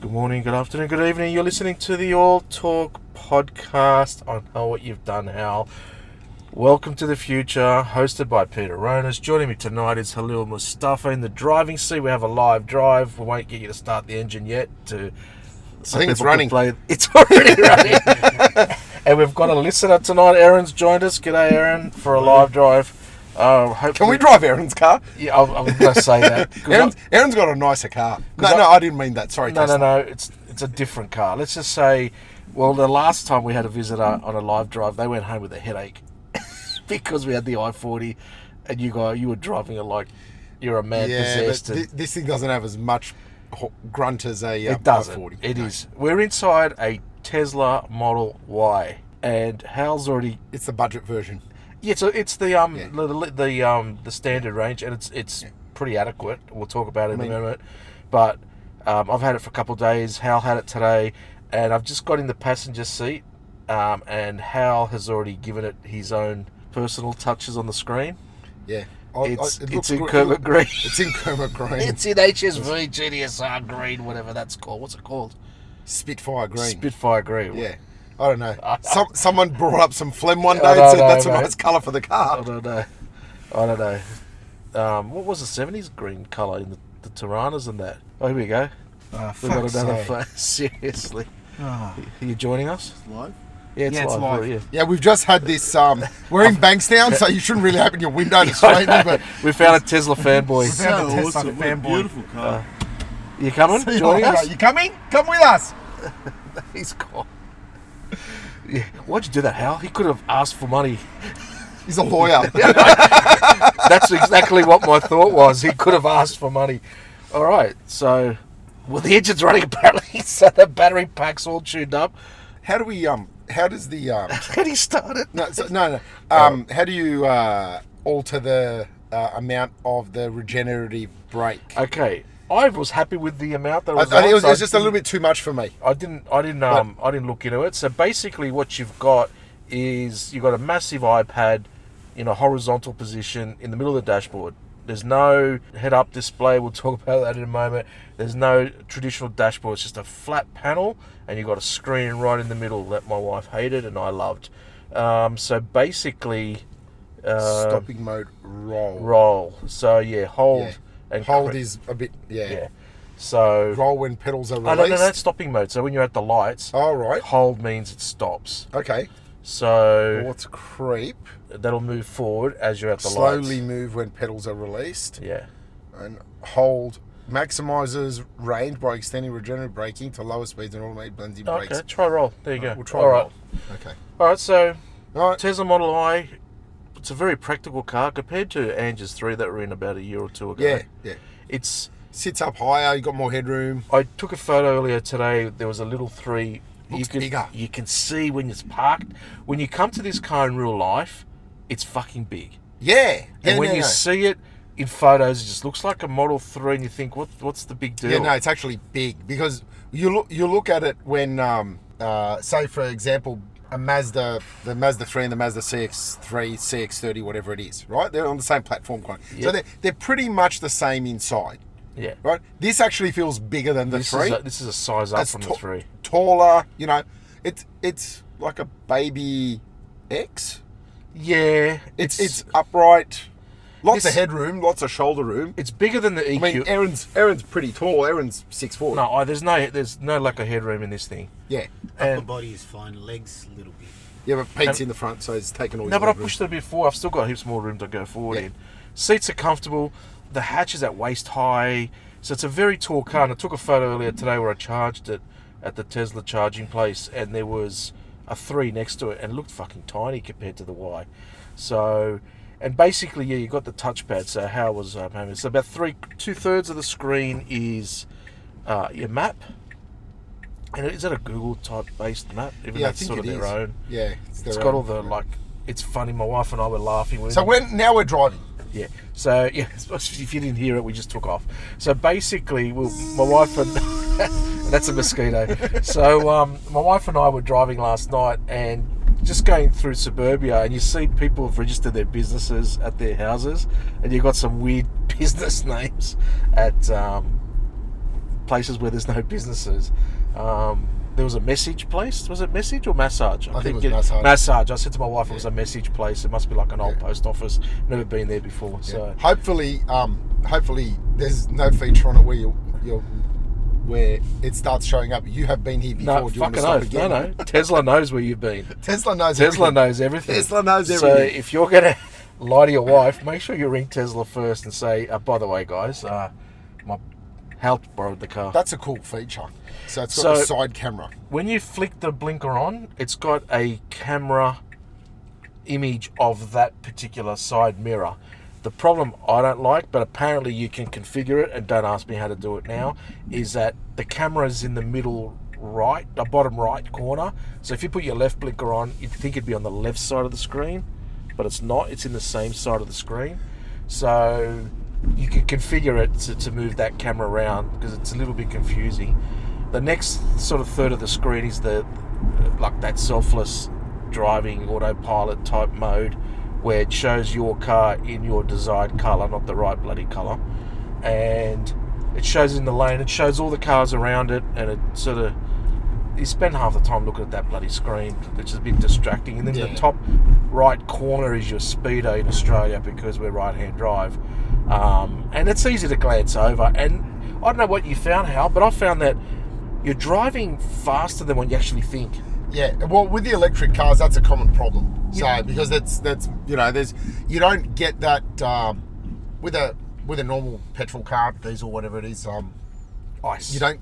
Good morning, good afternoon, good evening. You're listening to the All Talk podcast. I know what you've done, Hal. Welcome to the future, hosted by Peter Ronas. Joining me tonight is Halil Mustafa in the driving seat. We have a live drive. We won't get you to start the engine yet. To so think it's people can running. Play. It's already running. and we've got a listener tonight. Aaron's joined us. G'day, Aaron, for a live drive. Uh, Can hopefully- we drive Aaron's car? Yeah, I, I was going to say that. 'Cause I- Aaron's, Aaron's got a nicer car. No, I- no, I didn't mean that. Sorry, No, no, Tesla. no. It's it's a different car. Let's just say, well, the last time we had a visitor on a live drive, they went home with a headache because we had the i forty, and you guys you were driving it like you're a man Yeah, but possessed. and thi- this thing doesn't have as much ho- grunt as a uh, it doesn't. i40. It No. is. We're inside a Tesla Model Y, and Hal's already. It's the budget version. Yeah, so it's the um Yeah. the, the, the um the standard range, and it's it's pretty adequate. We'll talk about it in mean- a moment, but um, I've had it for a couple of days. Hal had it today, and I've just got in the passenger seat, um, and Hal has already given it his own personal touches on the screen. Yeah, I- I- It's it it's looks in gr- Kermit green. It's in Kermit green. It's in HSV GDSR green, whatever that's called. What's it called? Spitfire green. Spitfire green. yeah, I don't know. Some, someone brought up some phlegm one day and don't said know, Ah, that's a mate. nice colour for the I car. don't know. I don't know. Um, what was the seventies green colour in the, the Tiranas and that? Oh, here we go. Uh, We've got another phone. Seriously, are you joining us? Live? Ah. Yeah, it's Yeah, it's live. live. Yeah. Yeah, we've just had this. Um, we're in Bankstown, so you shouldn't really open your window to straight me, but we found a Tesla fanboy. So Sound the test awesome. like a What a fanboy. beautiful car. You coming? See you Joining later. us? You coming? Come with us. He's gone. Yeah. Why'd you do that, Hal? He could have asked for money. He's a lawyer. That's exactly what my thought was. He could have asked for money. All right, so well the engine's running apparently, so the battery pack's all tuned up. How do we um? How does the um? Can he start it? No, so, no, no. Um, how do you uh, alter the uh, amount of the regenerative brake? I, Okay, I was happy with the amount that I was. think on, it was, so it was just a didn't- little bit too much for me. I didn't. I didn't. Um. I didn't look into it. So basically, what you've got is you've got a massive iPad in a horizontal position in the middle of the dashboard. There's no head-up display. We'll talk about that in a moment. There's no traditional dashboard. It's just a flat panel, and you've got a screen right in the middle that my wife hated and I loved. Um, so basically, uh, Stopping mode roll. roll. So yeah, hold Yeah. and Hold cre- is a bit yeah. yeah. So Roll when pedals are oh, released. no, no, that's stopping mode. So when you're at the lights, All right. hold means it stops. Okay. So What's creep? that'll move forward as you're at the Slowly lights. move when pedals are released. Yeah. And hold maximizes range by extending regenerative braking to lower speeds and automated blending brakes. Okay, try roll. There you go. We'll try All roll. right. Okay. All right, so All right. Tesla Model I, it's a very practical car compared to Anges 3 that were in about a year or two ago. Yeah. Yeah. It's Sits up higher. You got more headroom. I took a photo earlier today. There was a little three. you Looks can bigger. you can see when it's parked. When you come to this car in real life, it's fucking big. Yeah. yeah and when yeah, you yeah. see it in photos, it just looks like a Model Three, and you think, what what's the big deal? Yeah, no, it's actually big because you look you look at it when, um, uh, say for example, a Mazda, the Mazda three and the Mazda CX3, CX30, whatever it is, right? They're on the same platform, kind of. Yeah. so they're they're pretty much the same inside, yeah. right? This actually feels bigger than the This three. is a, this is a size up That's from the ta- three. taller, you know. It's it's like a baby X. Yeah, It's it's, upright, lots This- of headroom, lots of shoulder room. it's bigger than the I EQ. mean, eh Aaron's Aaron's pretty tall. Aaron's six foot. no, I, there's no there's no lack of headroom in this thing. Yeah. Upper And body is fine, legs a little bit. Yeah, but Pete's in the front, so he's taken all. no, his but I legroom. pushed it a bit forward. I've still got heaps more room to go forward Yeah. in. Seats are comfortable. The hatch is at waist high, so it's a very tall car. And I took a photo earlier today where I charged it at the Tesla charging place, and there was a three next to it, and it looked fucking tiny compared to the Y. So, and basically, yeah, you got the touchpad. So how was um, having- so about three two thirds of the screen is uh, your map. And is that a Google type based map? Even Yeah, though I it's think sort of it their is. own. Yeah, it's, It's their got own. all the like. It's funny. My wife and I were laughing. When So when now we're driving. yeah. So yeah. If you didn't hear it, we just took off. So basically, we my wife and that's a mosquito. so um, my wife and I were driving last night and just going through suburbia, and you see people have registered their businesses at their houses, and you've got some weird business names at. Um, places where there's no businesses. Um, there was a message place. Was it message or massage? I think keep it was getting- massage. Massage. I said to my wife, it was a message place. It must be like an old Yeah. post office. Never been there before. So Hopefully, um, hopefully there's no feature on it where you you where it starts showing up. You have been here before. no, Do you want to fucking stop oath. No, again? eh? no. Tesla knows where you've been. Tesla knows. Tesla everything. knows everything. Tesla knows So everything. if you're gonna lie to your wife, make sure you ring Tesla first and say, uh, "By the way, guys, uh, my help borrowed the car." That's a cool feature. So it's got So- a side camera. when you flick the blinker on, it's got a camera image of that particular side mirror. The problem I don't like, but apparently you can configure it, and don't ask me how to do it now, is that the camera's in the middle right, the bottom right corner. So if you put your left blinker on, you'd think it'd be on the left side of the screen, but it's not. It's in the same side of the screen. So you can configure it to, to move that camera around because it's a little bit confusing. The next sort of third of the screen is the like that selfless driving autopilot type mode where it shows your car in your desired color, not the right bloody color. And it shows in the lane, it shows all the cars around it, and it sort of you spend half the time looking at that bloody screen, which is a bit distracting. And then Yeah. the top right corner is your speedo in Australia because we're right hand drive. Um, and it's easy to glance over. And I don't know what you found, Hal, but I found that you're driving faster than what you actually think. Yeah, well, with the electric cars, that's a common problem. So because that's that's you know there's you don't get that um, with a with a normal petrol car, diesel, whatever it is. Um, Ice. you don't,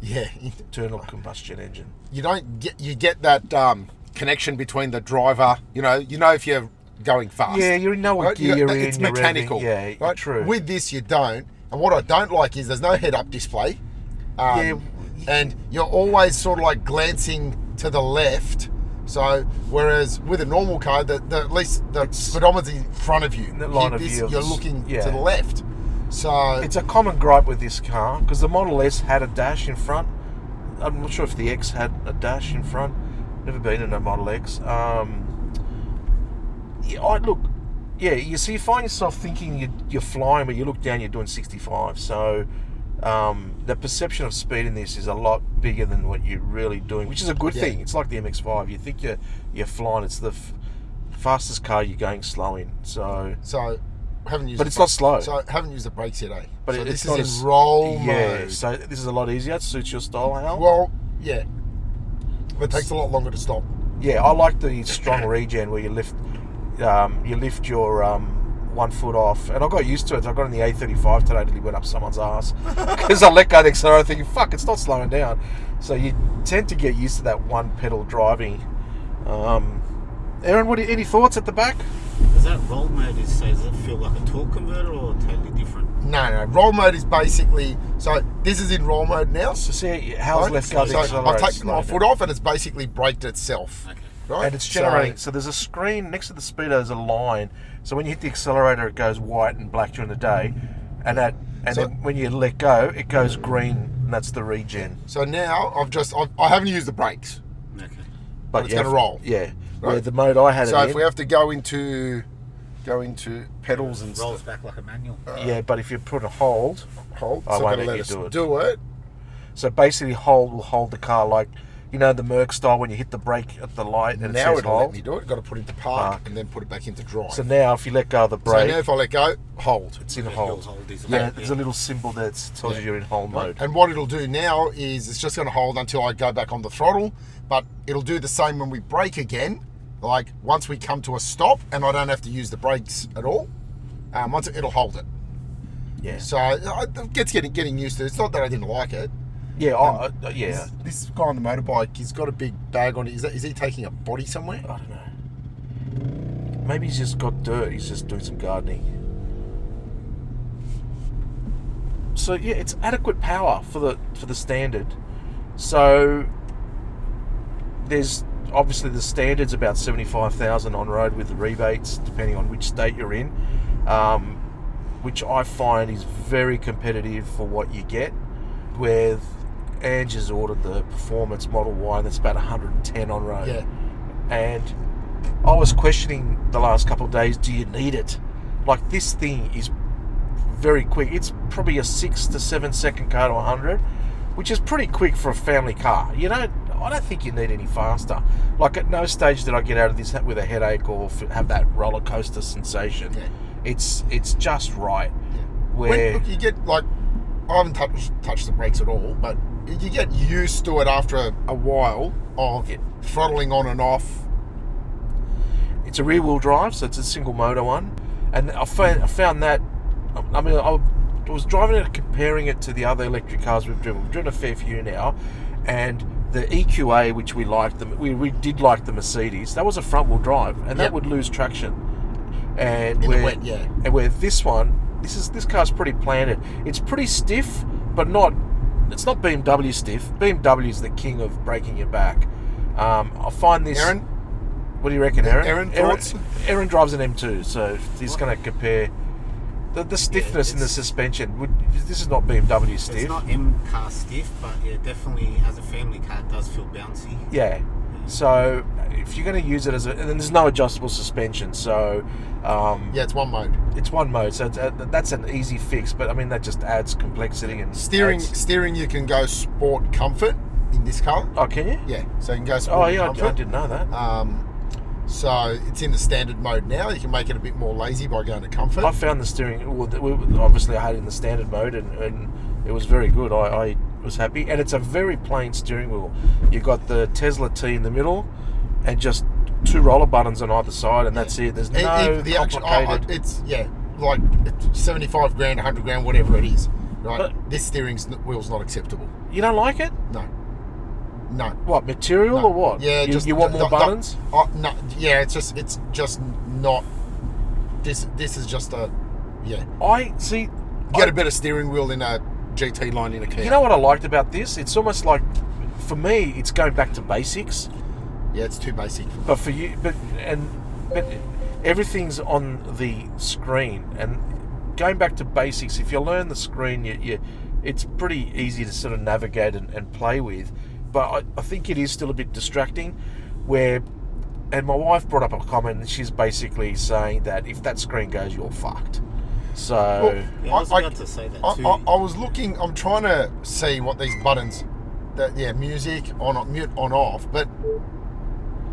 yeah, you- Internal combustion engine. you don't get you get that um, connection between the driver. You know, you know if you're going fast. Yeah, you know what gear you're in. It's you're revving. mechanical. Yeah, right? true. With this, you don't. And what I don't like is there's no head-up display. Um, Yeah. And you're always sort of like glancing to the left. So whereas with a normal car, the, the at least the speedometer's in front of you. The line You- of this- view of You're the s- looking yeah. to the left. So it's a common gripe with this car because the Model S had a dash in front. I'm not sure if the X had a dash in front. Never been in a Model X. Um, yeah, I look. Yeah, you see, you find yourself thinking you, you're flying, but you look down, you're doing 65. So um, the perception of speed in this is a lot bigger than what you're really doing, which is a good Yeah. thing. It's like the MX-5. You think you're you're flying. It's the f- fastest car you're going slow in. So so haven't used. But the it's not slow. So haven't used the brakes yet, eh? but so it- this it's not is as- in roll yeah, mode. so this is a lot easier. It suits your style, Hal. Well, yeah. But it takes a lot longer to stop. yeah, I like the strong regen where you lift, um, you lift your um, one foot off, and I got used to it. I got in the A35 today till it went up someone's ass because I let go of the accelerator, thinking, "Fuck, it's not slowing down." So you tend to get used to that one pedal driving. Um, Aaron, what are, any thoughts at the back? Does that roll mode is so does it feel like a torque converter or totally different? No, no. Roll mode is basically so. This is in roll mode now. So see, how's right? left go of the so I've accelerator? taken my slowed foot down? off, and it's basically braked itself. Okay. Right? And it's So- generating. So, there's a screen next to the speedo. There's a line. So when you hit the accelerator, it goes white and black during the day, and that. And So- then when you let go, it goes green, and that's the regen. So, now I've just I've, I haven't used the brakes. Okay. But Oh, it's you gonna have- roll. Yeah. Where Right. the mode I had So it if in. we have to go into go into pedals and Rolls stuff, back like a manual. yeah, but if you put a hold, hold. I So won't let gonna let you us do it. do it. so basically hold will hold the car like, you know, the Merc style when you hit the brake at the light and now it says it'll hold. let me do it. Got to put it to park, Park. and then put it back into drive. So So, now if you let go of the brake, now if I let go, hold. it's in Yeah, hold. you'll hold these- yeah, Yeah. there's a little symbol that tells you you're in hold mode. And what it'll do now is it's just going to hold until I go back on the throttle, but it'll do the same when we brake again. Like once we come to a stop, and I don't have to use the brakes at all. Um, once it, it'll hold it. Yeah. So I it's getting getting used to. it. It's not that I didn't like it. Yeah. I, I- Oh, uh, yeah. This, this guy on the motorbike, he's got a big bag on. Is that is he taking a body somewhere? I don't know. Maybe he's just got dirt. He's just doing some gardening. So yeah, it's adequate power for the for the standard. So there's obviously the standard's about seventy five thousand on road with rebates, depending on which state you're in, um, which I find is very competitive for what you get. With Ange has ordered the performance Model Y, and that's about one hundred and ten on road Yeah. and I was questioning the last couple of days, do you need it? Like this thing is very quick. It's probably a six to seven second car to 100, which is pretty quick for a family car. You don't, I don't think you need any faster. Like at no stage did I get out of this ha- with a headache or f- have that roller coaster sensation. Yeah. It's it's just right. When, Where look, you get like, I haven't touched touched the brakes at all, but you get used to it after a, a while of Yeah. Oh, throttling on and off. It's a rear wheel drive, so it's a single motor one. And I found, I found that, I mean, I was driving it, comparing it to the other electric cars we've driven. We've driven a fair few now, and the EQA, which we liked, the, we, we did like the Mercedes, that was a front wheel drive, and that Yep. would lose traction. And In the where, wet, yeah. And where this one, this is this car's pretty planted. It's pretty stiff, but not. It's not BMW stiff. BMW is the king of breaking your back. Um, I find this. Aaron, What do you reckon, Aaron? Aaron, Aaron, thoughts? Aaron drives an M2, so he's going to compare the, the stiffness in the it's- suspension. Would, this is not BMW stiff. It's not M car stiff, but yeah, definitely as a family car, it does feel bouncy. Yeah. So if you're going to use it as a, and then there's no adjustable suspension, so um, yeah, it's one mode. it's one mode. So it's a, that's an easy fix, but I mean that just adds complexity and Steering, adds- steering, you can go sport comfort in this car. oh, can you? Yeah, so you can go sport Oh yeah, I, comfort. I didn't know that. Um, so it's in the standard mode now. You can make it a bit more lazy by going to comfort. I found the steering. Well, th- we, obviously, I had it in the standard mode, and, and it was very good. I, I was happy, and it's a very plain steering wheel. You got the Tesla T in the middle, and just two roller buttons on either side, and that's it. There's no E- even the actual, oh, complicated. it's yeah, like it's seventy-five grand, hundred grand, whatever it is. Right, But- this steering s- wheel's not acceptable. you don't like it? No, no. What material no. or what? Yeah, you, just you want the- more the- buttons? oh, no, yeah, it's just it's just not. This this is just a yeah. I see. You get a better steering wheel in a GT line in a Kia. You know what I liked about this? It's almost like, for me, it's going back to basics. yeah, it's too basic. For But for you, but and but everything's on the screen. And going back to basics, if you learn the screen, you, you it's pretty easy to sort of navigate and, and play with. But I, I think it is still a bit distracting. Where, and my wife brought up a comment. and She's basically saying that if that screen goes, you're fucked. So Well, Yeah, I- I was I- about to say that I, too. I, I was looking. I'm trying to see what these buttons. That yeah, music on mute on off. But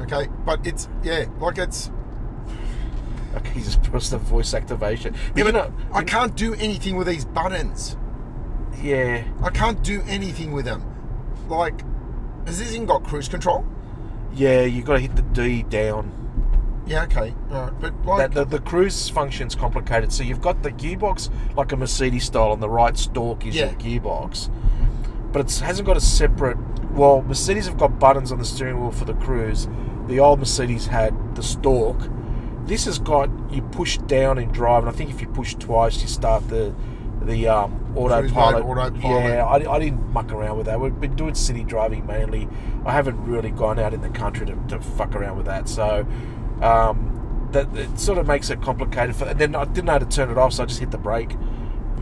okay, but it's yeah, like it's. okay, you just press the voice activation. But you know, I can't do anything with these buttons. yeah. I can't do anything with them. Like, has this even got cruise control? Yeah, you got to hit the D down. Yeah, okay, alright, but like, that the, the cruise function's complicated. So you've got the gearbox like a Mercedes style, and the right stalk is Yeah. your gearbox, but it hasn't got a separate. Well, Mercedes have got buttons on the steering wheel for the cruise. The old Mercedes had the stalk. This has got you push down in drive, and I think if you push twice, you start the the um, Cruise mode, autopilot. autopilot. Yeah, I, I didn't muck around with that. We've been doing city driving mainly. I haven't really gone out in the country to, to fuck around with that. So um, that it sort of makes it complicated. For, and then I didn't know how to turn it off, so I just hit the brake.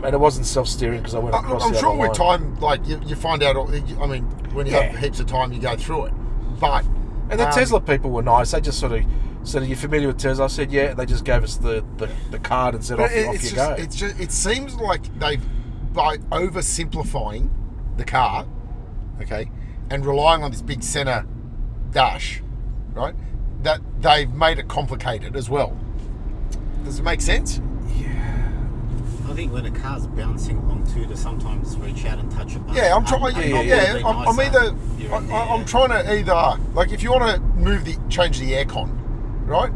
And it wasn't self steering because I went I, across. I'm the sure other with line. time, like you, you find out. all- you- I mean, when you Yeah. have heaps of time, you go through it. But And the um, Tesla people were nice. They just sort of said, "Are you familiar with Tesla?" I said, "Yeah." They just gave us the, the, the card and said, But "Off, it- off it's you just, go." It's just, it seems like they've, by oversimplifying the car, okay, and relying on this big center dash, right, that they've made it complicated as well. Does it make sense? I think when a car's bouncing along too, to sometimes reach out and touch a button. Yeah, I'm Um, trying. I Yeah, know yeah, yeah, it would be I'm, I'm nicer either. here I, and I- I'm there. trying to either like if you want to move the change the aircon, right?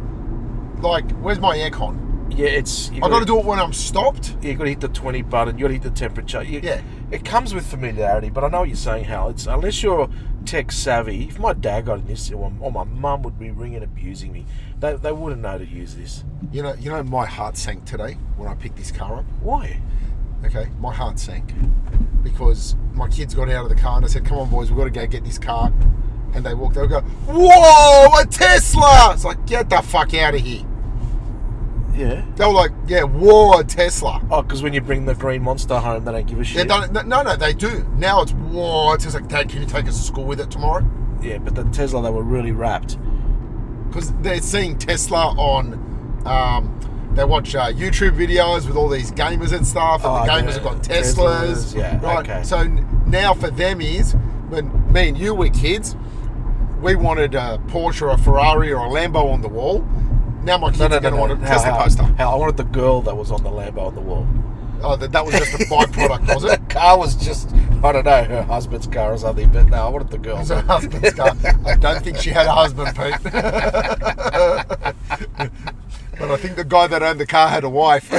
Like, where's my aircon? yeah, it's you I got to do it when I'm stopped. you got to hit the 20 button, you got to hit the temperature. You- Yeah. It comes with familiarity, but I know what you're saying, Hal. It's unless you're tech savvy. If my dad got in this, or my, or my mum would be ringing abusing me. They, they wouldn't know to use this. You know, you know, my heart sank today when I picked this car up. Why? okay, my heart sank because my kids got out of the car and I said, "Come on, boys, we've got to go get this car." And they walked over, go, "Whoa, a Tesla!" It's like, get the fuck out of here. Yeah. They were like, "Yeah, whoa, a Tesla." Oh, because when you bring the green monster home, they don't give a Yeah, shit. don't- no, no, no, they do. Now it's whoa. It's just like, Dad, can you take us to school with it tomorrow? yeah, but the Tesla, they were really wrapped. Because they're seeing Tesla on um, They watch uh, YouTube videos with all these gamers and stuff, and the Oh, gamers yeah. have got Teslas. Teslas, yeah, right. okay. So n- now for them is when me and you were kids, we wanted a Porsche or a Ferrari or a Lambo on the wall. Now my kids No, no, are no, going to no. want a Hell, Tesla hell, coaster. hell, I wanted the girl that was on the Lambo on the wall. Oh, that, that was just a byproduct, was it? That car was just, I don't know, her husband's car or something, but no, I wanted the girl. It's her husband's car. I don't think she had a husband, Pete. but I think the guy that owned the car had a wife.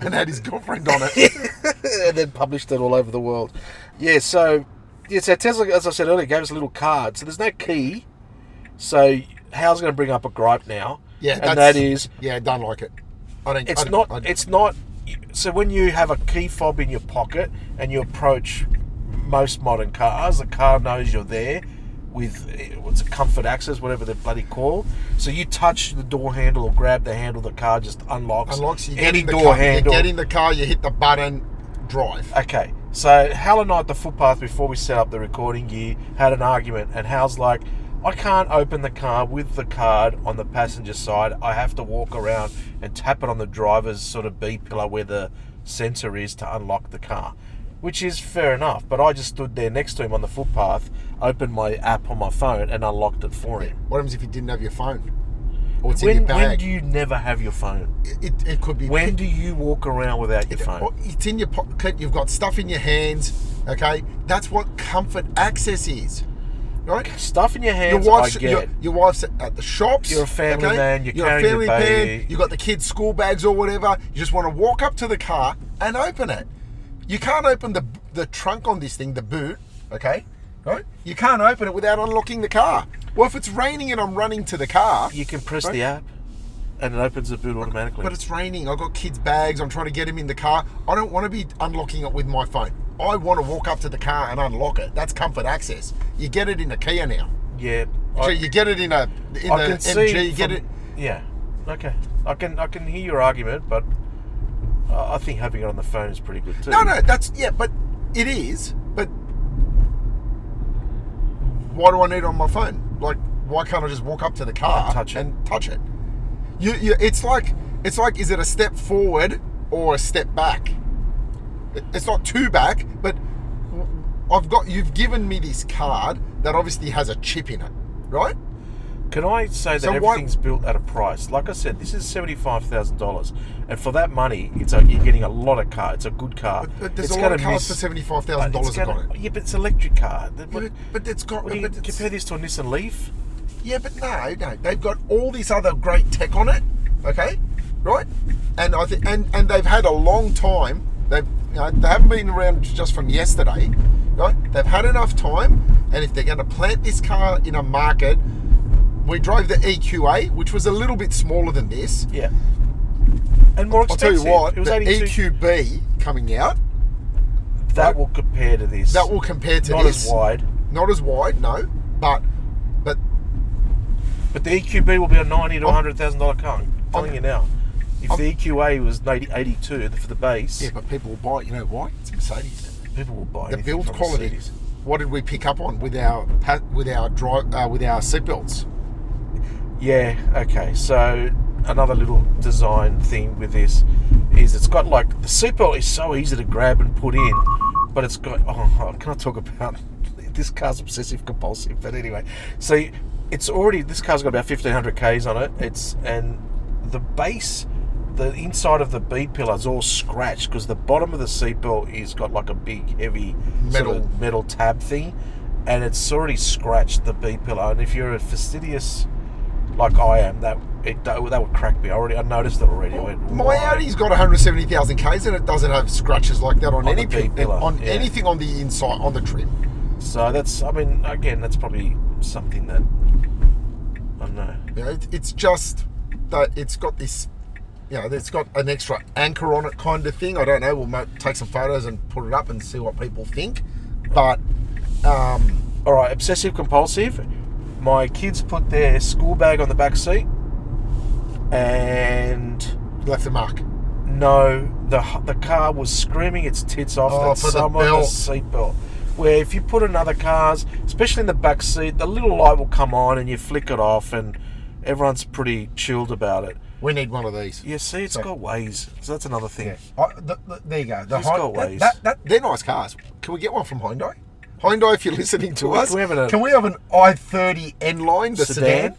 and had his girlfriend on it. and then published it all over the world. Yeah, so yeah, so Tesla, as I said earlier, gave us a little card. So there's no key. So Hal's going to bring up a gripe now. Yeah, and that is Yeah, don't like it. I don't. I it's don't- not I- it's not. So when you have a key fob in your pocket and you approach most modern cars, the car knows you're there with eh, what's a comfort access, whatever they're bloody called. So you touch the door handle or grab the handle, the car just unlocks. unlocks. You get any in the door car, handle. You get in the car. You hit the button. Drive. Okay, so Hal and I at the footpath before we set up the recording gear had an argument, and Hal's like, I can't open the car with the card on the passenger side. I have to walk around and tap it on the driver's sort of B pillar where the sensor is to unlock the car, which is fair enough. But I just stood there next to him on the footpath, opened my app on my phone, and unlocked it for him. What happens if you didn't have your phone? Or it's in When, your bag. when do you never have your phone? it, it could be. When do you walk around without your phone? Or It's in your pocket. You've got stuff in your hands. Okay, that's what comfort access is, right? Stuff in your Your hands, wife's I get. your, your wife's at the shops. You're a family man, you're carrying your baby. You got the kids' school bags or whatever. You just want to walk up to the car and open it. You can't open the the trunk on this thing, the boot. Okay, right? You can't open it without unlocking the car. Well, if it's raining and I'm running to the car, You can press Right. the app, and it opens the boot automatically. But it's raining. I've got kids' bags. I'm trying to get them in the car. I don't want to be unlocking it with my phone. I want to walk up to the car and unlock it. That's comfort access. You get it in a Kia now. yeah, So I, you get it in a in I the can see. MG. You get from- it. Yeah. Okay. I can I can hear your argument, but I I think having it on the phone is pretty good too. No, no. That's yeah. But it is. But why do I need it on my phone? Like, why can't I just walk up to the car And touch it. and touch it? You, you, it's like it's like is it a step forward or a step back? It- It's not too back, but I've got you've given me this card that obviously has a chip in it, right? Can I say that So why- everything's built at a price? Like I said, this is seventy five thousand dollars, and for that money, it's a, you're getting a lot of car. It's a good car. But there's it's a lot of gonna cars miss- for seventy five uh, thousand it's dollars gonna- on it. Yeah, but it's an electric car. Th- But, What, but it's got. what do you, but it's- compare this to a Nissan Leaf? Yeah, but no, no. They've got all this other great tech on it, okay, right? And I think, and and they've had a long time. They've, you know, they haven't been around just from yesterday, right? They've had enough time, and if they're going to plant this car in a market, we drove the EQA, which was a little bit smaller than this. Yeah. And more I'll tell expensive. you what, it was the E 82 EQB coming out That will compare to this. that will compare to not this. as wide. Not as wide, no, but but But the EQB will be a ninety Oh. to hundred thousand dollar car. I'm telling you now. If I'm- the EQA was 90, 82 for the base, Oh. yeah, but people will buy it. You know why? It's Mercedes. people will buy the anything build from quality. Mercedes. What did we pick up on with our pa- with our drive uh, with our seatbelts? Yeah. Okay. So another little design thing with this is it's got like the seatbelt is so easy to grab and put in, but it's got. Oh, can I talk about this car's obsessive compulsive? But anyway, so it's already this car's got about fifteen hundred k's on it. It's and the base. The inside of the B pillar is all scratched because the bottom of the seatbelt is got like a big, heavy sort of Metal. metal tab thing, and it's already scratched the B pillar. And if you're a fastidious like I am, that it that would that would crack me. I already I noticed it already. I went, My "Why?" Audi's got 170,000 k's and it doesn't have scratches like that on, On the any B pi- pillar, on yeah. anything on the inside on the trim. So that's I mean again that's probably something that I don't know. You know, it, it's just that it's got this, you know, it's got an extra anchor on it kind of thing. I don't know. We'll mo- take some photos and put it up and see what people think. But um, All right, obsessive compulsive. My kids put their school bag on the back seat, and left the mark. no, the the car was screaming its tits off Oh, that for the someone belt. has seatbelt. Where if you put in other cars, especially in the back seat, the little light will come on and you flick it off, and Everyone's pretty chilled about it. We need one of these. Yeah, see, it's So- got ways. So that's another thing. Yeah. I, the, the, there you go. The He's Hy- got ways. That, that, they're nice cars. Can we get one from Hyundai? Hyundai, if you're listening to We- us, we have an- uh, can we have an i30 N line, the Sedan? sedan?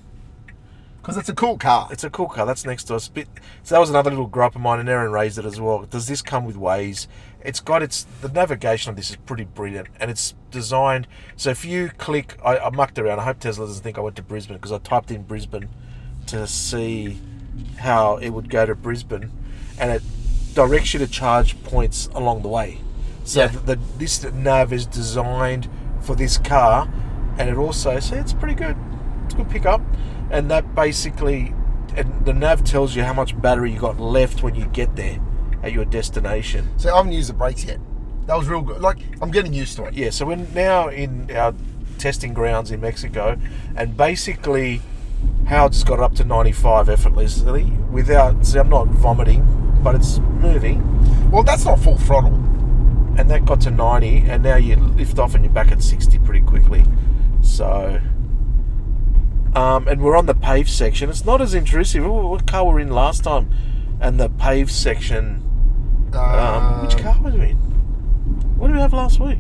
Because it's a cool car. It's a cool car. That's next to us. Bit. So that was another little gripe of mine, and Aaron raised it as well. Does this come with ways? It's got its the navigation of this is pretty brilliant, and it's designed. So if you click, I, I mucked around. I hope Tesla doesn't think I went to Brisbane because I typed in Brisbane to see how it would go to Brisbane, and it directs you to charge points along the way. So Yeah. the, this nav is designed for this car, and it also so it's pretty good. It's a good pickup, and that basically, and the nav tells you how much battery you got left when you get there at your destination. So I haven't used the brakes yet. That was real good. Like I'm getting used to it. Yeah, so we're now in our testing grounds in Mexico, and basically, Howard just got it up to 95 effortlessly without. See, I'm not vomiting, but it's moving, Well, that's not full throttle. and that got to 90, and now you lift off and you're back at 60 pretty quickly. So. Um, and we're on the paved section. It's not as intrusive. Ooh, What car were we in last time? And the paved section. Uh, Um, which car was we in? What did we have last week?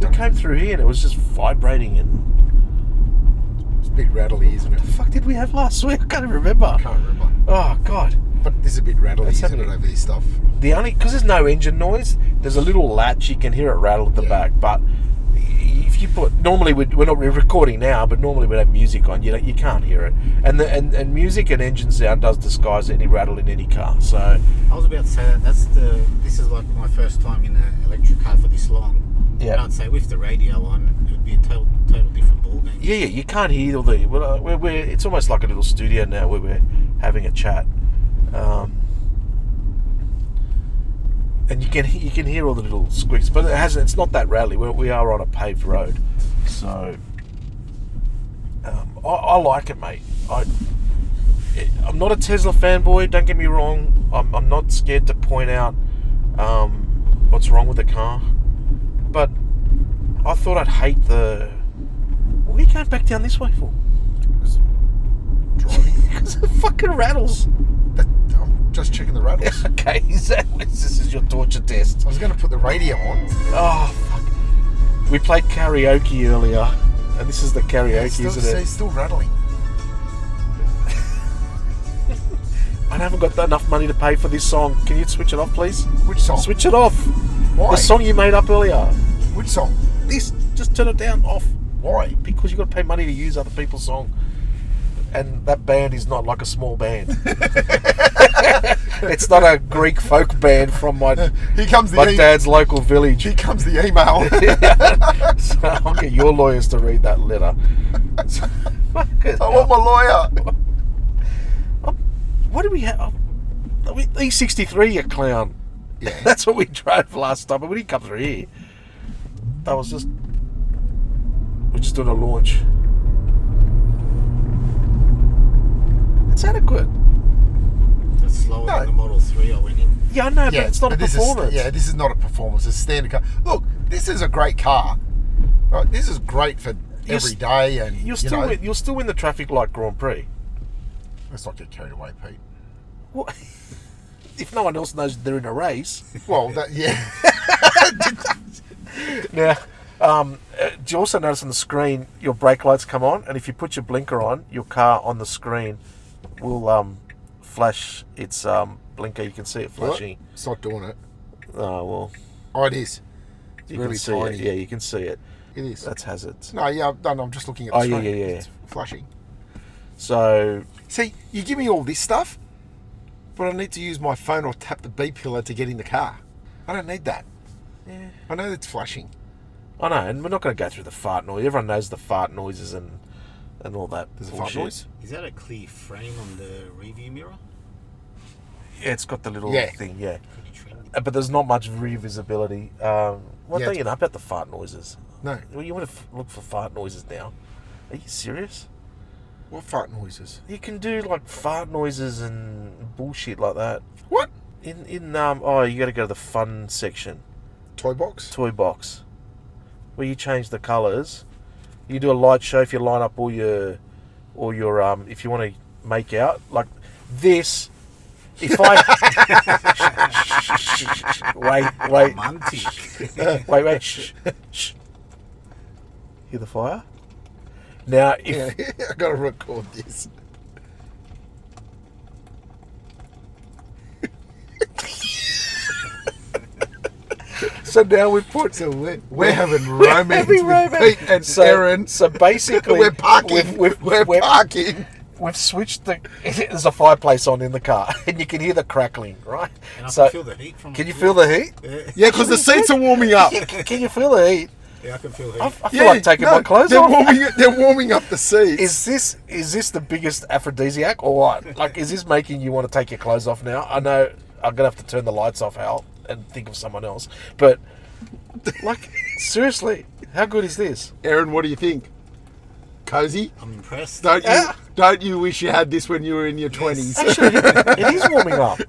We came through here and it was just vibrating and It's a bit rattly, isn't it? the fuck did we have last week? I can't even remember. I can't remember. Oh god. But this is a bit rattly, Let's have isn't it, a- over this stuff? The only because there's no engine noise, there's a little latch you can hear it rattle at the Yeah. back. But if you put normally we'd, we're not we're recording now, but normally we'd have music on. You know, you can't hear it, and the and, and music and engine sound does disguise any rattle in any car. So I was about to say that that's the this is like my first time in an electric car for this long. Yeah. And I'd say with the radio on, it would be a total, total different ballgame. yeah, yeah, you can't hear all the. Well, uh, we're, we're, it's almost like a little studio now where we're having a chat, um, and you can he- you can hear all the little squeaks, but it has it's not that rally. We're, we are on a paved road, so um, I, I like it, mate. I I'm not a Tesla fanboy. Don't get me wrong. I'm, I'm not scared to point out um, what's wrong with the car, but I thought I'd hate the. What are you going back down this way for? Driving. Because it fucking rattles. That, I'm just checking the rattles. Okay, exactly. This is your torture test. I was going to put the radio on. Oh fuck. We played karaoke earlier, and this is the karaoke, It's still, isn't it? it's still rattling. I haven't got enough money to pay for this song. Can you switch it off, please? Which song? Switch it off. Why? The song you made up earlier. Which song? This, just turn it down, off. Why? Because you got to pay money to use other people's song, and that band is not like a small band. it's not a Greek folk band from my Here comes the my e- dad's local village. Here comes the email. so I'll get your lawyers to read that letter. So- I Oh, want my lawyer. what do we have? Are we- E63, you clown. Yeah. That's what we drove last time, but we didn't come through here. That was just. We're just doing a launch. It's adequate. That's slower No. than the Model 3 I went in. Yeah, I know, but it's not a but this is- performance. yeah, this is not a performance. It's a standard car. Look, this is a great car. Right, this is great for You're every s- day, and you you'll still know, win, you'll still win the traffic light Grand Prix. Let's not get carried away, Pete. What? if no one else knows they're in a race. Well, that, yeah, Now, um, uh, do you also notice on the screen your brake lights come on, and if you put your blinker on, your car on the screen will um, flash its um, blinker. You can see it Well, flashing. it's not doing it. Oh well, Oh, it is. It's you really can see tiny. it. Yeah, you can see it. It is. That's hazards. no, yeah, no, no, I'm just looking at. Oh, the yeah, screen. yeah, yeah. It's flashing. So See, you give me all this stuff, but I need to use my phone or tap the B pillar to get in the car. I don't need that. Yeah. I know it's flashing. I know, and we're not going to go through the fart noise. Everyone knows the fart noises and and all that. There's a fart bullshit. noise. Is that a clear frame on the review mirror? Yeah, it's got the little Yeah. thing. Yeah. Could you trim it? Uh, But there's not much rear visibility. Um, what do Yeah, it's- you know about the fart noises? No. Well, you want to f- look for fart noises now? Are you serious? What fart noises? You can do like fart noises and bullshit like that. What? In in um oh you got to go to the fun section, Toy box. toy box, where you change the colours. You do a light show if you line up all your or your um, if you want to make out like this. If I wait, wait, Munty. wait, wait, shh, shh. Hear the fire? Now, if Yeah, I gotta record this. so now we put so we're, we're having romance Heavy with romance. Pete and so, Aaron. So basically, we're parking. We've, we've, we're we've- parking. we've switched the. There's a fireplace on in the car, and you can hear the crackling, right? And I so, can feel the heat from Can it, you yeah. feel the heat? Yeah, Yeah, because the seats are warming up. can you feel the heat? yeah, I can feel heat. I, I feel like taking no, my clothes they're off. Warming, they're warming up the seats. Is this is this the biggest aphrodisiac or what? Like, is this making you want to take your clothes off now? I know I'm gonna have to turn the lights off, Hal, and think of someone else. But like, seriously, how good is this? Aaron, what do you think? Cozy? I'm impressed. Don't you, Yeah. don't you wish you had this when you were in your 20s? Actually, it is warming up.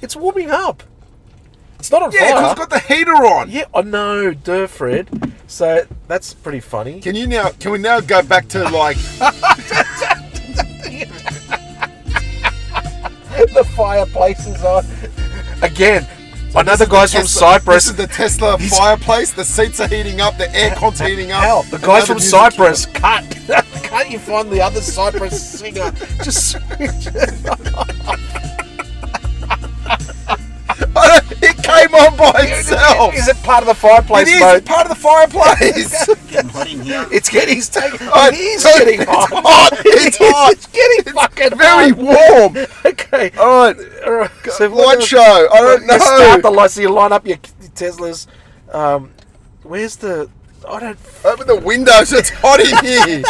It's warming up. It's not on Yeah, 'cause fire. it's got the heater on. yeah, I know, Dur Fred. So that's pretty funny. Can you now? Can we now go back to like? the fireplace is on again. another guy's from Tesla- This Cyprus. is the Tesla He's- fireplace. The seats are heating up. The aircon's heating up. Hell, the guy's Another from music- Cyprus. Cut. Can't you find the other Cyprus singer? Just it came on by itself. Is it part of the fireplace It is mode? it's part of the fireplace. Getting hot in here. It's getting it's taking. I It is told you, getting it's hot. hot, it's It is, hot. It's getting fucking Very hot. warm. Okay. All right, All right. So what light else- show. I don't You start the know. lights. So you line up your Teslas. Um, where's the? oh, I don't. Open the windows. It's hot in here.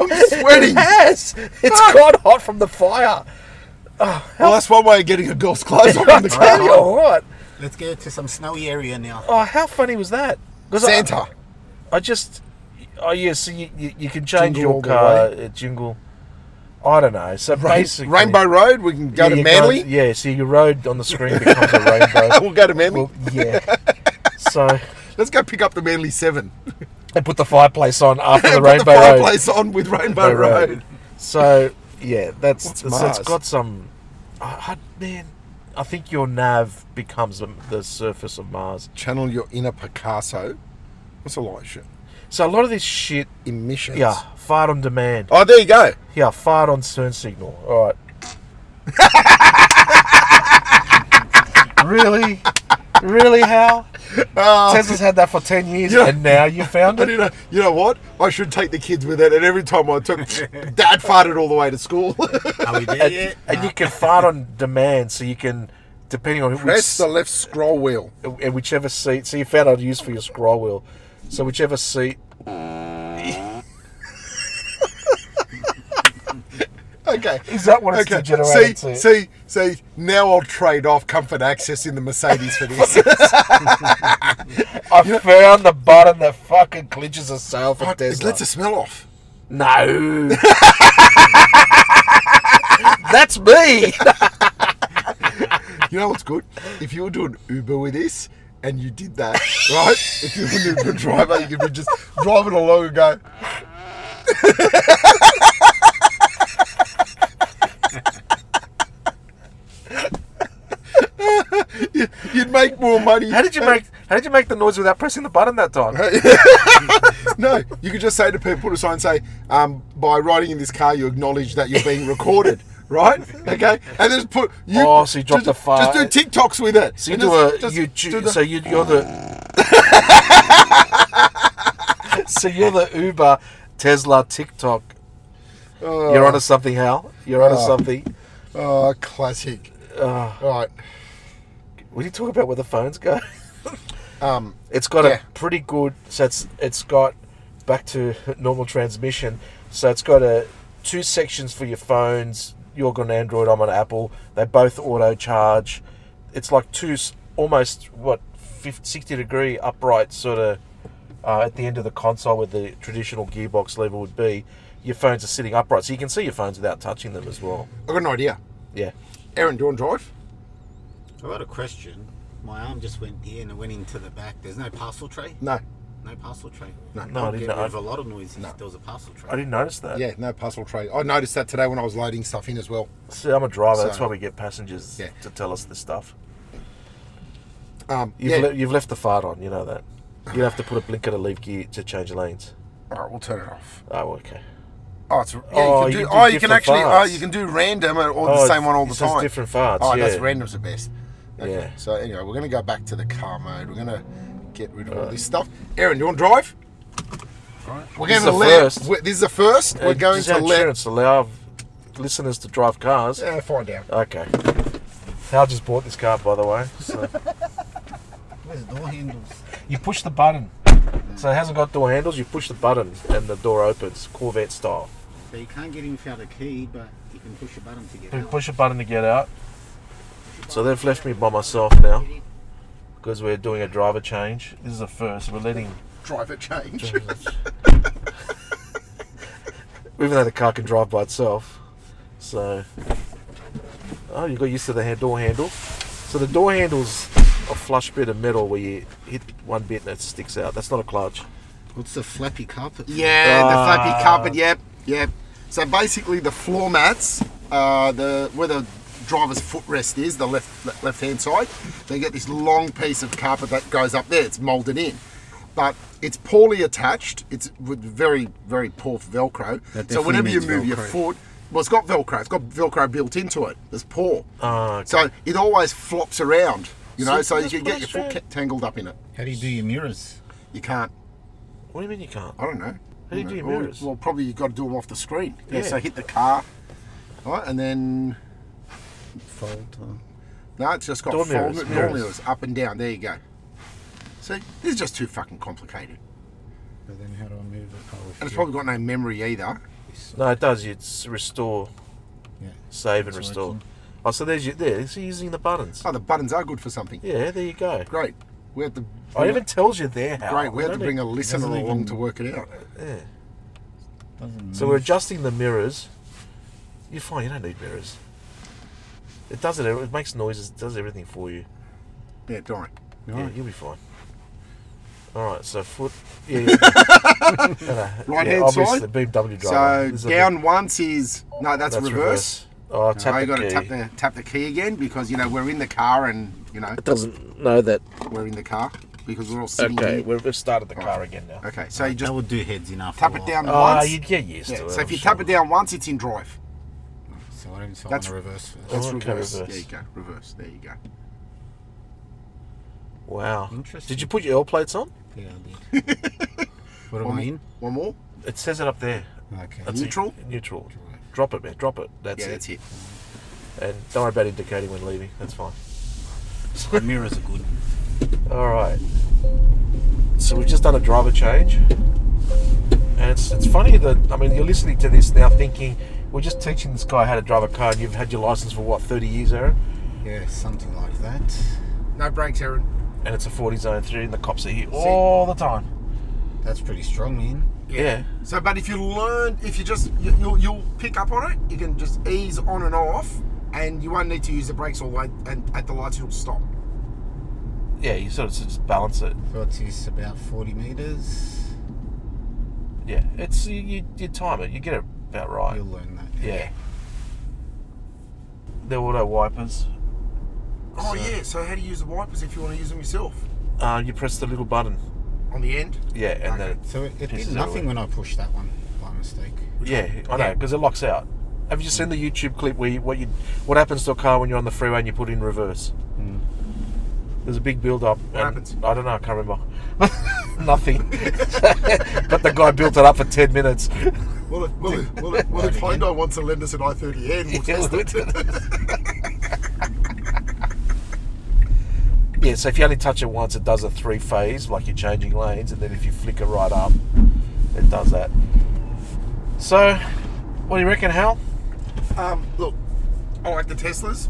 I'm sweating. Yes, it's Fuck. got hot from the fire. Well, that's one way of getting a girl's clothes off I in the tell you car. what. Let's get to some snowy area now. Oh, how funny was that? 'Cause I- Santa. I just, oh yeah, so you, you, you can change Jingle all your the car uh, jingle. I don't know. So basically, Rainbow Road. We can go Yeah, to you Manly. go- yeah, so your road on the screen becomes a rainbow. we'll go to Manly. Well, yeah. So Let's go pick up the Manly Seven. they put the fireplace on after the Put rainbow the road. fireplace on with Rainbow, Rainbow Road. Road. So yeah, that's What's so it's Mars? got some. I I- man, I think your nav becomes the- the surface of Mars. Channel your inner Picasso. What's a light shit? So a lot of this shit, Emissions. yeah, fire on demand. Oh, there you go. Yeah, fire on turn signal. All right. really? Really, Hal? Uh, Tesla's had that for 10 years Yeah. and now you found I it? didn't know, you know what? I should take the kids with it. And every time I took, Dad farted all the way to school. Are we there yet? And you can fart on demand so you can, depending on Press which, the left scroll wheel. and whichever seat, so you found out a use for your scroll wheel. So whichever seat, Okay. is that what it's Okay. See, degenerated to? see, see. Now I'll trade off comfort access in the Mercedes for this. I found the button that fucking glitches a sale for it Tesla. lets a smell off. No. That's me. You know what's good? If you were doing Uber with this and you did that, right? If you were an Uber driver, you could be just driving along and go. You- You'd make more money. How did you make how did you make the noise without pressing the button that time? No, you could just say to people, put a sign and say, um, by riding in this car, you acknowledge that you're being recorded, right? Okay, and just put you. Oh, so you drop just, the fart. Just do TikToks with it. So you And do just- a just you do ju- the- so you, you're the so you're the Uber Tesla TikTok. you're onto something, Hal. You're onto Oh. something. Oh, classic. Ah. All right. Will you talk about where the phones go? Um, It's got Yeah. a pretty good. So it's it's got back to normal transmission. So it's got a two sections for your phones. You're on Android. I'm on Apple. They both auto charge. It's like two s- almost what 50, 60 degree upright sort of uh, at the end of the console where the traditional gearbox lever would be. Your phones are sitting upright, so you can see your phones without touching them as well. I've got an idea. Yeah. Aaron, do you want to drive? I got a question. My arm just went here and it went into the back. There's no parcel tray? No. No parcel tray. No. No, I I'd didn't. get know- rid of a I, lot of noise if No. there was a parcel tray. I didn't notice that. Yeah, no parcel tray. I noticed that today when I was loading stuff in as well. See, I'm a driver. that's So- why we get passengers Yeah. to tell us this stuff. Um, You've, yeah. le- you've left the fart on. You know that. You have to put a blinker to leave gear to change lanes. All right, we'll turn it off. Oh, okay. Oh, it's, yeah, Oh, you can do, you can do oh, you can different actually, oh, parts. you can do random or or Oh, the it's- same one all it the says time. different parts, Oh, that's yeah. random's the best. Okay. Yeah. So anyway, we're gonna go back to the car mode. We're gonna get rid of all this stuff. Aaron, do you want to drive? Right. We're This is gonna the left. first. we- This is the first. We're Uh, going does to our left. insurance allow listeners to drive cars? Uh, find out. Okay. Hal just bought this car, by the way. So Where's door handles? you push the button. So it hasn't got door handles. You push the button and the door opens, Corvette style. So you can't get in without a key, but you can push a button to get You out. push a button to get out. So they've left me by myself now because we're doing a driver change. This is a first. We're letting. Driver change. Even though the car can drive by itself, so oh, you got used to the hand, door handle. So the door handle's a flush bit of metal where you hit one bit and it sticks out. That's not a clutch. What's the flappy carpet? Yeah, the Ah. flappy carpet. Yep, yep. So basically, the floor mats, uh, the where the driver's footrest is, the left left hand side, they get this long piece of carpet that goes up there. It's molded in, but it's poorly attached. It's with very very poor Velcro. That So whenever definitely you needs move your Velcro. foot, well, it's got Velcro. It's got Velcro built into it. It's poor, Ah, okay. so it always flops around. You know, So so, you just can put get it your foot straight. ca- tangled up in it. How do you do your mirrors? You can't. What do you mean you can't? I don't know. How do you do your Well, mirrors? Well, probably you've got to do them off the screen. Yeah, Yeah. so hit the car. Right, and then Fold. uh, no, it's just got Door fold mirrors, mirrors, mirrors. up and down. There you go. See, this is just too fucking complicated. But then how do I move it? Oh, And it's probably got no memory either. No, it does. It's restore, Yeah. save, and It's restore. working. Oh, so there's you there. It's using the buttons. Oh, the buttons are good for something. Yeah, there you go. Great. We had to. Oh, it even tells you there how. Great. We had don't to bring a listener doesn't along even- to work it out. need- yeah. Doesn't So we're adjusting the mirrors. You're fine. You don't need mirrors. It does it. It makes noises. It does everything for you. Yeah, don't. Yeah, you'll be fine. All right. So foot. Yeah. yeah. Right-hand yeah, obviously, side? BMW driver. So This is a bit- down once is no, that's, that's reverse. Oh, tap Now the you got to key. tap the tap the key again because you know we're in the car and you know It doesn't know that. we're in the car because we're all sitting Okay, here. we've we've started the car Alright. again now. Okay, so you That just would do heads enough. tap it down Ah, once. you'd get used Yeah, to it. Oh, so if I'm you sure. tap it down once, it's in drive. So I don't That's- want to reverse first. Oh, That's okay, reverse. reverse. There you go. Reverse. There you go. Wow. Interesting. Did you put your L plates on? Yeah, I did. what am I in? One more. It says it up there. Okay. That's it. Neutral? Neutral. Drop it, man. Drop it. That's yeah, it. that's it. And don't worry about indicating when leaving. That's fine. The mirrors are good. All right. So we've just done a driver change, and it's it's funny that I mean you're listening to this now thinking we're just teaching this guy how to drive a car, and you've had your license for what 30 years, Aaron, Yeah, something like that. No brakes, Aaron. and it's a 40 zone three, and the cops are here all the time. That's pretty strong, man. Yeah. So, but if you learn, if you just you, you'll, you'll pick up on it, you can just ease on and off, and you won't need to use the brakes all light and at the lights you'll stop. Yeah. You sort of just balance it. So it's just about 40 meters. Yeah. It's you, you, you time it. You get it about right. You'll learn that. Yeah. The auto wipers. Oh yeah. So how do you use the wipers if you want to use them yourself? Uh, you press the little button. On the end. Yeah, and Okay. then it So it, it Pisses did it nothing away. when I pushed that one by mistake. Yeah, I know because it locks out. Have you seen the YouTube clip where you, what you what happens to a car when you're on the freeway and you put it in reverse? There's a big build up. What happens? I don't know. I can't remember. Nothing. but the guy built it up for ten minutes. Well, if, well, if, well, if, well, if Hyundai wants to lend us an i30N, we'll test it. yeah. So if you only touch it once, it does a three phase like you're changing lanes, and then if you flicker right up, it does that. So, what do you reckon, Hal? Um, look, I like the Teslas.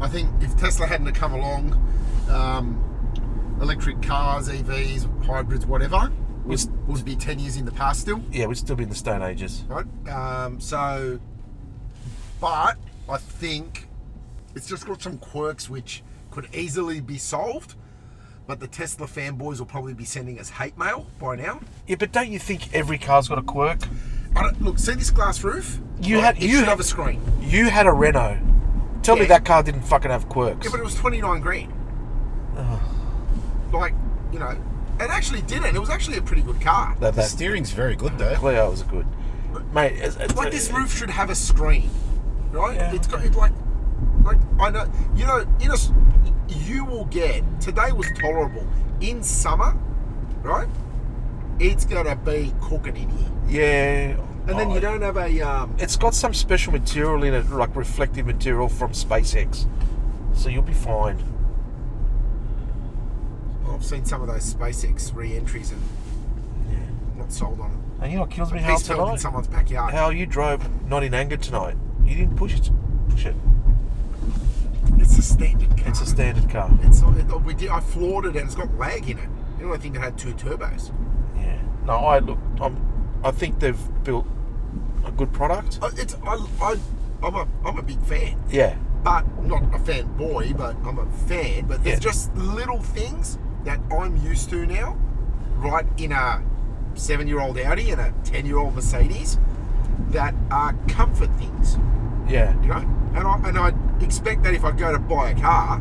I think if Tesla hadn't have come along, um, electric cars, EVs, hybrids, whatever, would, Yes. would be 10 years in the past still, Yeah, we'd still be in the Stone Ages. right? Um, so, but I think it's just got some quirks which could easily be solved. but the Tesla fanboys will probably be sending us hate mail by now. Yeah, but don't you think every car's got a quirk? I don't, look, see this glass roof? You Right, had- it you should had- have a screen. You had a Renault. Tell me Yeah. that car didn't fucking have quirks. Yeah, but it was 29 grand. Like, you know, it actually didn't. It was actually a pretty good car. that The that steering's very good though. Clio was good. Mate, it's, uh, it's- Like, this roof should have a screen, right? Yeah. It's got, it like, like, I know, you know, in a, s- you will get, today was tolerable. In summer, right? It's going to be cooking in here. Yeah. And then Oh, you don't have a, um, It's got some special material in it, like reflective material from SpaceX. So you'll be fine. I've seen some of those SpaceX re entries and not sold on them. And you know what kills me how Piece fell in tonight? someone's backyard. How you drove not in anger tonight. You didn't push it. Push it. It's a standard car. It's a standard car. It's not, it, we did, I floored it and it's got lag in it. You know, I think it had two turbos. Yeah. No, I look. I'm, I think they've built a good product. I, it's, I, I, I'm, a, I'm a big fan, Yeah. but not a fan boy, but I'm a fan. But there's Yeah. just little things that I'm used to now, right in a seven year old Audi and a 10 year old Mercedes that are comfort things, Yeah. you know? And I, and I expect that if I go to buy a car,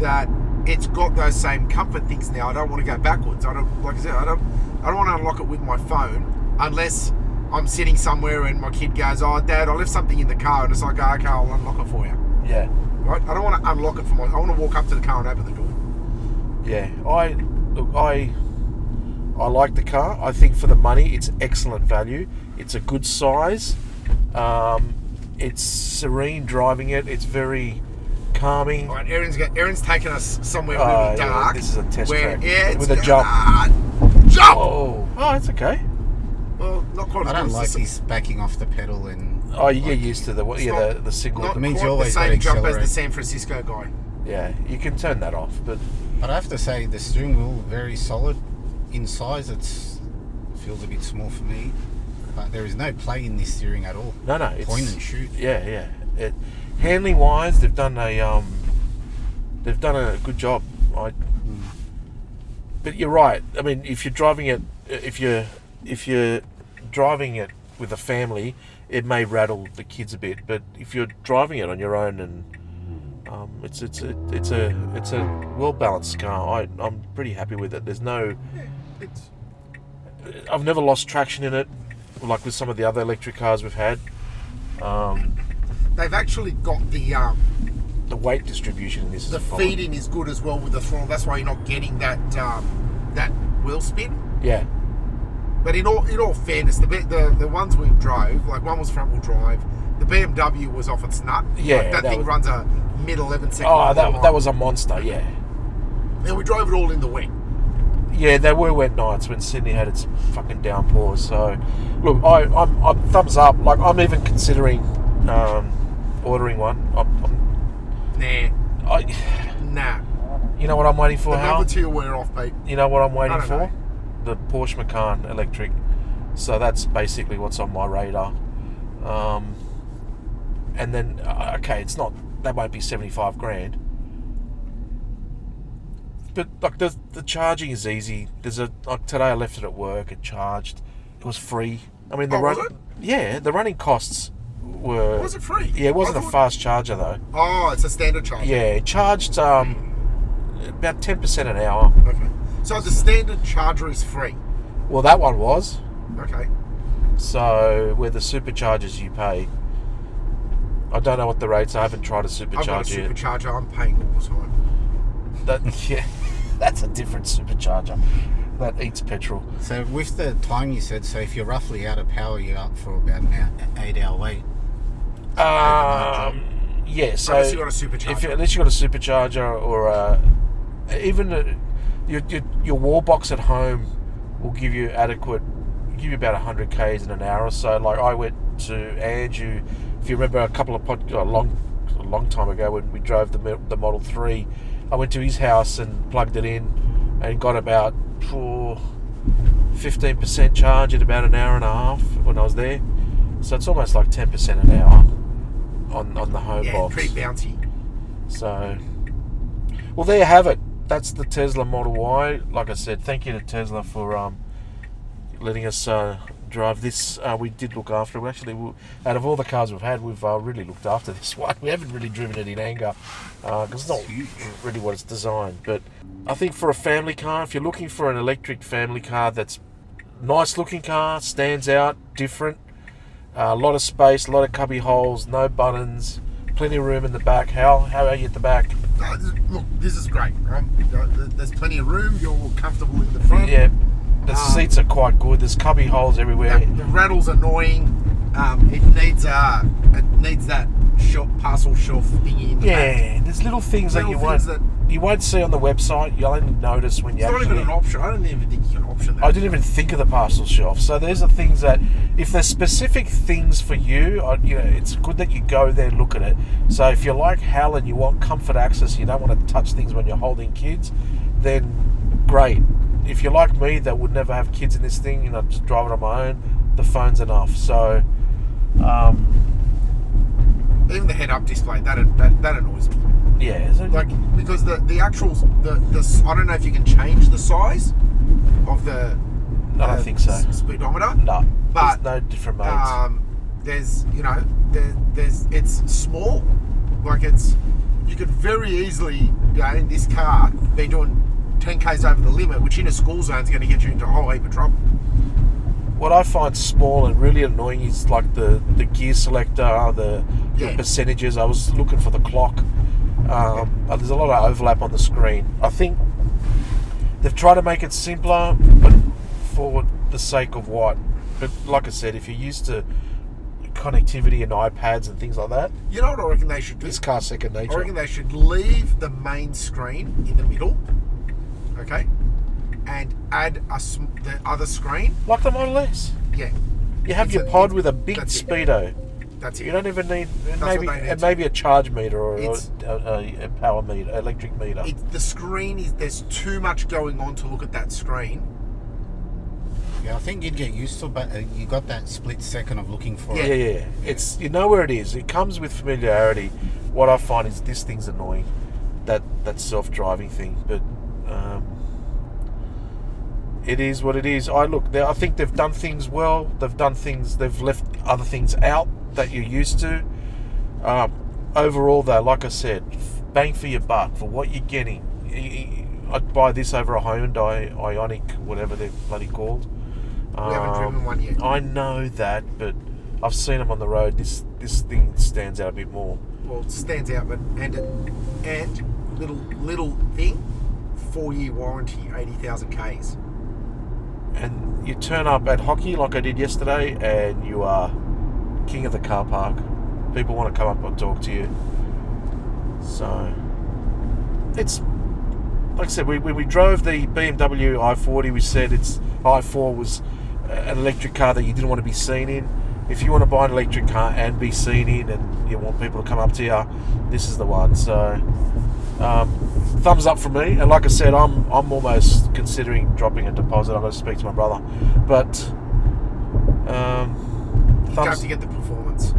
that it's got those same comfort things now. I don't want to go backwards. I don't like I said, I don't I don't want to unlock it with my phone unless I'm sitting somewhere and my kid goes, Oh dad, I left something in the car and it's like, oh, okay, I'll unlock it for you. Yeah. Right? I don't want to unlock it for my I want to walk up to the car and open the door. Yeah. I look. I. I like the car. I think for the money, it's excellent value. It's a good size. Um, it's serene driving it. It's very calming. All right, Aaron's got, Aaron's taking us somewhere really Oh, yeah, dark. this is a test where, track. Yeah, it's With a got- jump. ah, jump! Oh. Oh, it's okay. Well, not quite I as don't good as like this. these backing off the pedal and Oh, you get used to the yeah the, the single. Not It means you quite always the gotta same jump as the accelerate. San Francisco guy. Yeah, you can turn that off, but But I have to say, the steering wheel very solid. In size, it's feels a bit small for me. But there is no play in this steering at all. no, no, it's Point and shoot. Yeah, yeah. It, handling wise, they've done a um, they've done a good job. I, but you're right. I mean, if you're driving it, if you're if you're driving it with a family, it may rattle the kids a bit. But if you're driving it on your own and um, it's it's a it's a it's a well balanced car. I I'm pretty happy with it. There's no It's I've never lost traction in it, like with some of the other electric cars we've had. Um, they've actually got the um, the weight distribution in this is the a problem. feeding is good as well with the throttle. That's why you're not getting that um, that wheel spin. Yeah, But in all in all fairness, the bit- the, the ones we drove, like one was front wheel drive. The BMW was off its nut. Yeah, Like, that, that thing was- runs a mid eleven second. oh, mile. that, that was a monster. Yeah, And we drove it all in the wet. yeah, there were wet nights when Sydney had its fucking downpour. So, look, I, I'm, I'm thumbs up. Like I'm even considering um, ordering one. I'm, I'm, Nah, I, nah. you know what I'm waiting for, the Hal? novelty will wear off, Pete. You know what I'm I waiting don't for? know. The Porsche Macan electric. So that's basically what's on my radar. Um, and then, uh, okay, it's not, that won't be 75 grand. But like the, the charging is easy. There's a, like today I left it at work, it charged, it was free. I mean, the Oh, was run- it? yeah, the running costs were. Was it free? Yeah, it wasn't I a thought- fast charger though. Oh, it's a standard charger. Yeah, it charged um, about 10% an hour. Okay. So the standard charger is free. Well, that one was. Okay. So where the superchargers you pay, I don't know what the rates. are. I haven't tried a I've got a supercharger yet. supercharger. I'm paying all the time. That, yeah, that's a different supercharger that eats petrol. So with the time you said, so if you're roughly out of power, you're up for about an hour, eight hour wait. Um, yeah, so Unless you've got a supercharger. If you, unless you've got a supercharger or a, even a, your, your your wall box at home will give you adequate, give you about hundred k's in an hour or so. Like I went to Andrew, if you remember a couple of pod, a long a long time ago when we drove the mo- the Model Three, I went to his house and plugged it in, and got about. oh, fifteen percent charge at about an hour and a half when I was there. So it's almost like ten percent an hour on on the home Yeah, box. pretty bouncy. So, well, there you have it. that's the Tesla Model Y. Like I said, thank you to Tesla for um, letting us uh, drive this. Uh, we did look after it. Actually, we, out of all the cars we've had, we've uh, really looked after this one. We haven't really driven it in anger because it's not really what it's designed. But I think for a family car, if you're looking for an electric family car that's nice looking car, stands out, different, a Uh, lot of space, a lot of cubby holes, no buttons, plenty of room in the back. How how are you at the back? Oh, this- look, this is great. Right? Uh, th- There's plenty of room. You're all comfortable in the front. Yeah, the Um, seats are quite good. There's cubby holes everywhere. The, the rattle's annoying. Um, it needs uh, it needs that shop parcel shelf thingy in the back. Yeah, there's little things that Little you things won't you won't see on the website. You'll only notice when you It's not actually. even an option. I don't even think you can option that. I didn't even think of the parcel shelf. So there's the things that, if there's specific things for you, I, you know, it's good that you go there, look at it. So if you're like Hal and you want comfort access, you don't want to touch things when you're holding kids, then great. If you're like me, that would never have kids in this thing, and I just drive it on my own. The phone's enough. So, um, Even the head-up display that that, that annoys me. yeah, so like because the the actual the, the s- I don't know if you can change the size of the. I don't the think so. s- Speedometer. no, But, there's no different modes. Um, there's you know there, there's it's small, like it's you could very easily you know in this car be doing 10 k's over the limit, which in a school zone is going to get you into a whole heap of trouble. What I find small and really annoying is like the, the gear selector, uh, the, the Yeah. percentages. I was looking for the clock. Um, uh, There's a lot of overlap on the screen. I think they've tried to make it simpler, but for the sake of what? But like I said, if you're used to connectivity and iPads and things like that, You know what I reckon they should do? this car's second I nature. reckon they should leave the main screen in the middle, okay, and add a sm- the other screen. Like the Model S. Yeah, You have It's your a- pod with a big that's it. speedo. that's it. You don't even need and what maybe they need and to- maybe a charge meter or a, It's- a, a power meter, electric meter. It's the screen is there's too much going on to look at that screen. Yeah, I think you'd get used to, but uh, you got that split second of looking for yeah, it. yeah, yeah. It's you know where it is. It comes with familiarity. What I find is this thing's annoying. That that self driving thing, but um, it is what it is. I look. They, I think they've done things well. They've done things. They've left other things out that you're used to. Um, overall, though, like I said, f- bang for your buck for what you're getting. I- I- I'd buy this over a Hyundai Ionic, whatever they're bloody called. Um, We Oh, haven't driven one yet. I know that, but I've seen them on the road. This this thing stands out a bit more. Well, it stands out, but and it, and little little thing, four year warranty, eighty thousand k's. And you turn up at hockey like I did yesterday, and you are king of the car park. People want to come up and talk to you. So it's like I said, we, we, we drove the BMW i40. We said it's i4 was an electric car that you didn't want to be seen in. If you want to buy an electric car and be seen in, and you want people to come up to you, this is the one. So, um, thumbs up from me. And like I said, I'm I'm almost considering dropping a deposit. I'm going to speak to my brother, but um, You have thumbs to get the performance.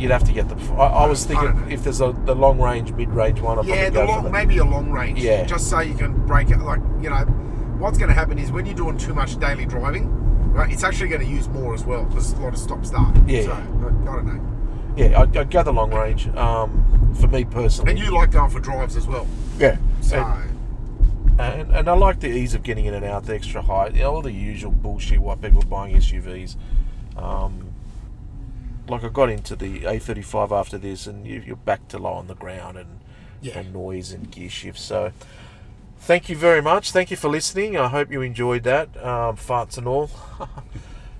you'd have to get the. I, I was I don't thinking know. if there's a the long range, mid range one. I'd probably yeah, the go for long that. maybe a long range. Yeah. Just so you can break it. Like you know, what's going to happen is when you're doing too much daily driving, right? It's actually going to use more as well. There's a lot of stop start. Yeah. So I, I don't know. Yeah, I'd, I'd go the long range. Um, for me personally, And you like going for drives as well. yeah. So And, and I like the ease of getting in and out, the extra height, you know, all the usual bullshit why people are buying SUVs. Um, like I got into the A35 after this, and you, you're back to low on the ground and, Yeah. and noise and gear shifts. So, thank you very much. Thank you for listening. I hope you enjoyed that, um, farts and all.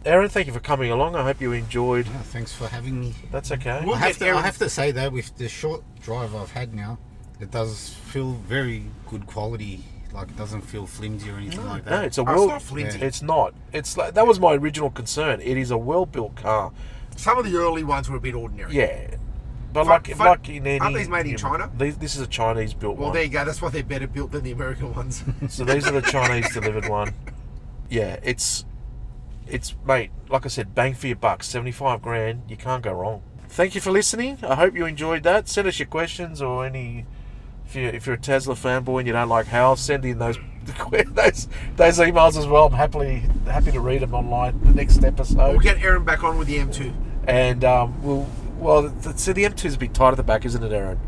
Aaron, thank you for coming along. I hope you enjoyed. Yeah, thanks for having me. That's okay. We'll I have get to. I Aaron- have to say though, with the short drive I've had now, it does feel very good quality. Like it doesn't feel flimsy or anything like that. No, it's a Oh, it's well. not flimsy. It's not. It's like that was my original concern. It is a well-built car. some of the early ones were a bit ordinary. Yeah, but Fu- like fu- like in any. aren't these made in yeah, China? These, this is a Chinese-built Well, one. there you go. That's why they're better built than the American ones. So these are the Chinese-delivered one. Yeah, it's it's mate. Like I said, bang for your buck. Seventy-five grand. You can't go wrong. Thank you for listening. I hope you enjoyed that. Send us your questions or any If you if you're a Tesla fanboy and you don't like Hal, send in those those those emails as well. I'm happily happy to read them online. The next episode. We'll get Aaron back on with the M2. and um, we'll well. The, so the M2's a bit tight at the back, isn't it, Aaron?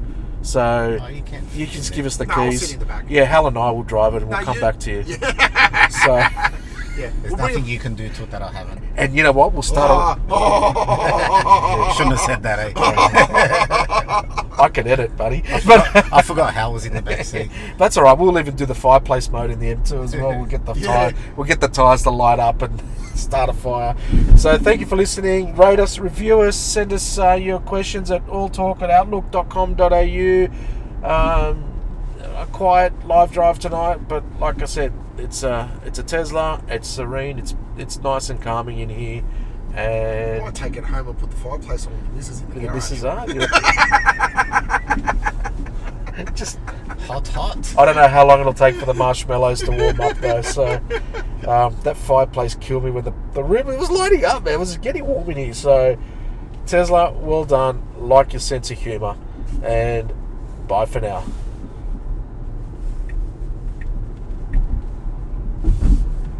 So Oh, you can you can just give us the No, I'll keys. sit in the back. Yeah, Hal and I will drive it, and we'll No, come you- back to you. Yeah. So, yeah. There's We'll bring nothing him- you can do to it that I haven't. and you know what? We'll start. Ah, a- oh, oh, oh, oh, oh, oh, oh, Yeah, oh. shouldn't have said that, eh? I can edit, buddy. But I forgot Hal was in the back seat. that's all right. We'll even do the fireplace mode in the M2 as well. We'll get the Yeah. tire. We'll get the tires to light up and start a fire. So thank you for listening. Rate us, review us, send us uh, your questions at alltalk at outlook.com.au. Um, a quiet live drive tonight, but like I said, it's a it's a Tesla. It's serene. It's it's nice and calming in here. I And might take it home and put the fireplace on. This is in the Yeah, garage. This is art. Just, Hot, hot. I don't know how long it'll take for the marshmallows to warm up though. So um, that fireplace killed me when the, the room it was lighting up. Man. It was getting warm in here. So Tesla, well done. Like your sense of humour, and bye for now.